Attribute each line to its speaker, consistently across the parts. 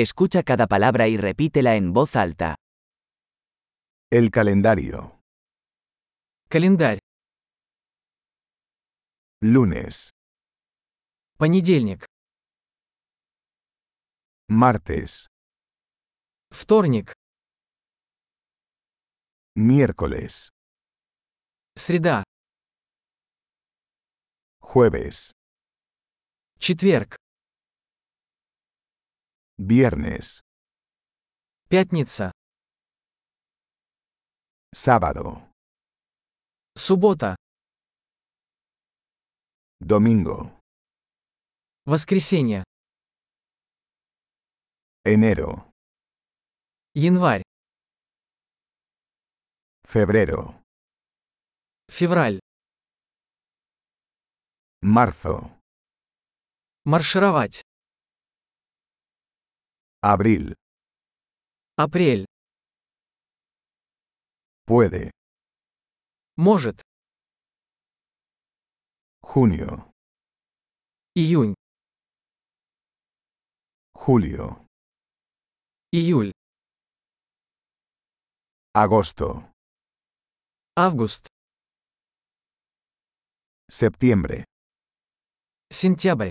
Speaker 1: Escucha cada palabra y repítela en voz alta.
Speaker 2: El calendario.
Speaker 3: Календарь.
Speaker 2: Lunes,
Speaker 3: Понедельник.
Speaker 2: martes,
Speaker 3: Вторник.
Speaker 2: miércoles,
Speaker 3: Среда.
Speaker 2: jueves,
Speaker 3: Четверг.
Speaker 2: viernes,
Speaker 3: Пятница.
Speaker 2: sábado,
Speaker 3: Суббота.
Speaker 2: domingo,
Speaker 3: Воскресенье.
Speaker 2: enero,
Speaker 3: Январь.
Speaker 2: febrero,
Speaker 3: Февраль.
Speaker 2: marzo,
Speaker 3: Маршировать.
Speaker 2: abril,
Speaker 3: Апрель.
Speaker 2: puede,
Speaker 3: Может.
Speaker 2: junio,
Speaker 3: Июнь.
Speaker 2: julio,
Speaker 3: Июль.
Speaker 2: agosto,
Speaker 3: Август.
Speaker 2: septiembre,
Speaker 3: Сентябрь.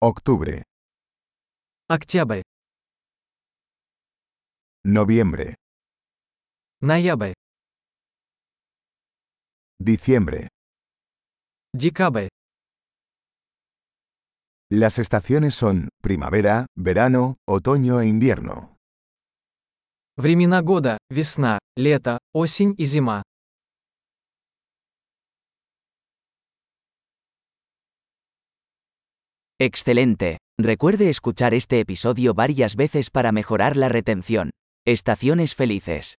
Speaker 2: octubre,
Speaker 3: Октябрь.
Speaker 2: noviembre,
Speaker 3: Ноябрь.
Speaker 2: diciembre.
Speaker 3: Декабрь.
Speaker 2: Las estaciones son primavera, verano, otoño e invierno.
Speaker 3: Времена года. Весна, лето, осень и зима.
Speaker 1: Excelente. Recuerde escuchar este episodio varias veces para mejorar la retención. Estaciones felices.